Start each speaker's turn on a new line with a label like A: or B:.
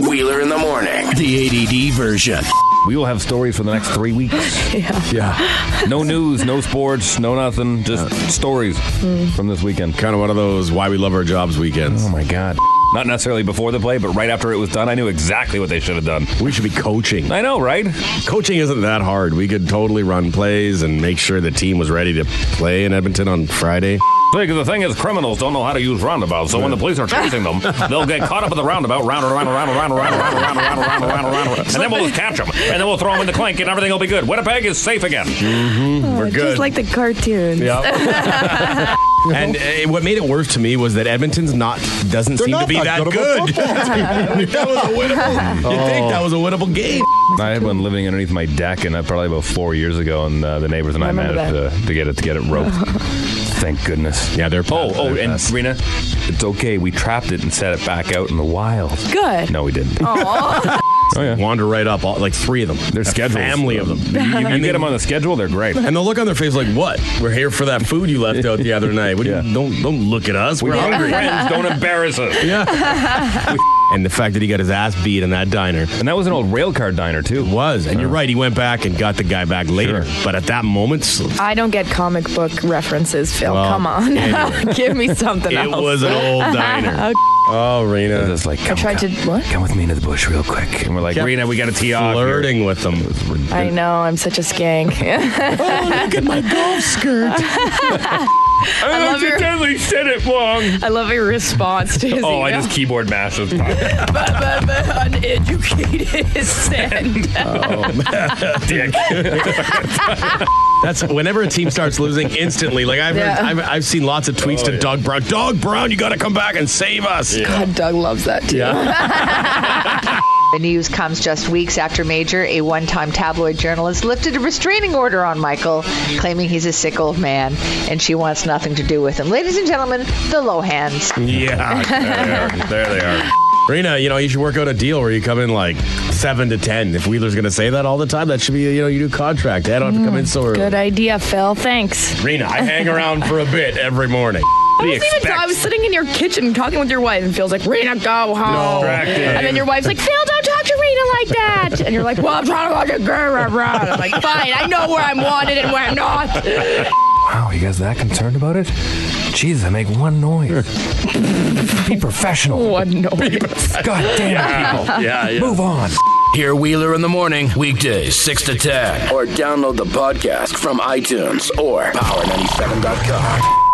A: Wheeler in the morning.
B: The ADD version.
C: We will have stories for the next three weeks. yeah. No news, no sports, no nothing. Just stories from this weekend.
D: Kind of one of those why we love our jobs weekends.
C: Oh my God. Not necessarily before the play, but right after it was done, I knew exactly what they should have done.
D: We should be coaching.
C: I know, right?
D: Coaching isn't that hard. We could totally run plays and make sure the team was ready to play in Edmonton on Friday.
C: Because the thing is, criminals don't know how to use roundabouts. So when the police are chasing them, they'll get caught up in the roundabout, round and round and round and round and round and round and round and round and round and round, and then we'll just catch them, and then we'll throw them in the clink, and everything will be good. Winnipeg is safe again.
D: We're good.
E: Just like the cartoons.
D: and uh, what made it worse to me was that Edmonton's not doesn't seem to
F: not
D: be
F: that
D: that
F: good of a
D: good. that was a winnable. You think that was a winnable game?
C: I had one living underneath my deck, and uh, probably about four years ago, and uh, the neighbors and I,
E: remember
C: managed to, to get it to get it roped. Thank goodness.
D: Yeah, they're
C: Oh,
D: past-
C: oh,
D: they're
C: and
D: past.
C: Rena, it's okay. We trapped it and set it back out in the wild.
E: Good.
C: No, we didn't. oh yeah.
D: Wander right up, all, like three of them.
C: They're
D: A
C: scheduled.
D: Family of them.
C: You, you get them on the schedule, they're great.
D: And the look on their face, like, what? We're here for that food you left out the other night. What do you-
C: Yeah.
D: don't don't look at us. We're hungry.
C: Friends, don't embarrass us.
D: And the fact that he got his ass beat in that diner
C: And that was an old rail car diner too.
D: was. And you're right. He went back and got the guy back later.
C: Sure.
D: But at that moment, s-
E: I don't get comic book references, Phil.
D: Well,
E: Come on. Give me something
D: it
E: else.
D: was an old diner. oh,
C: It
D: Rena.
C: was like,
E: I
C: come,
E: tried to.
C: come,
E: What?
C: come with me into the bush real quick. And we're like,
D: Kept
C: Rena, we got to tee off. here."
D: Flirting with them.
E: I know. I'm such a skank.
D: look at my golf skirt.
C: I
E: love your-
C: accidentally said it wrong.
E: I love your response to his
C: Oh, I
E: email.
C: just keyboard mashed. It's fine.
E: But- but- but uneducated send.
D: That's whenever a team starts losing instantly. Like I've
E: Yeah.
D: heard, I've, I've seen lots of
C: Oh,
D: tweets to Doug Brown. Doug Brown, you got to come back and save us.
E: God, Doug loves that too.
G: The news comes just weeks after Major, a one time tabloid journalist, lifted a restraining order on Michael, claiming he's a sick old man and she wants nothing to do with him. Ladies and gentlemen, the low hands.
D: Yeah, there they are. There they are. Rena, you know, you should work out a deal where you come in like seven to ten. If Wheeler's going to say that all the time, that should be you know you do contract. I don't have to come in so early.
E: Mm, Good idea, Phil. Thanks.
D: Rena, I hang around for a bit every morning. What do you
E: I was, even,
D: expect?
E: I was sitting in your kitchen talking with your wife, and Phil's like, Rena, go home.
C: Distracted.
E: And then your wife's like, Phil, don't talk to Rena like that. And you're like, Well, I'm trying to watch a girl around. I'm like, Fine, I know where I'm wanted and where I'm not.
B: Wow, you guys that concerned about it? Jeez, I make one noise. Be professional.
E: What noise.
B: God damn people.
D: yeah, yeah.
B: Move on.
A: Hear Wheeler in the morning, weekdays, 6 to 10. Or download the podcast from iTunes or power97.com.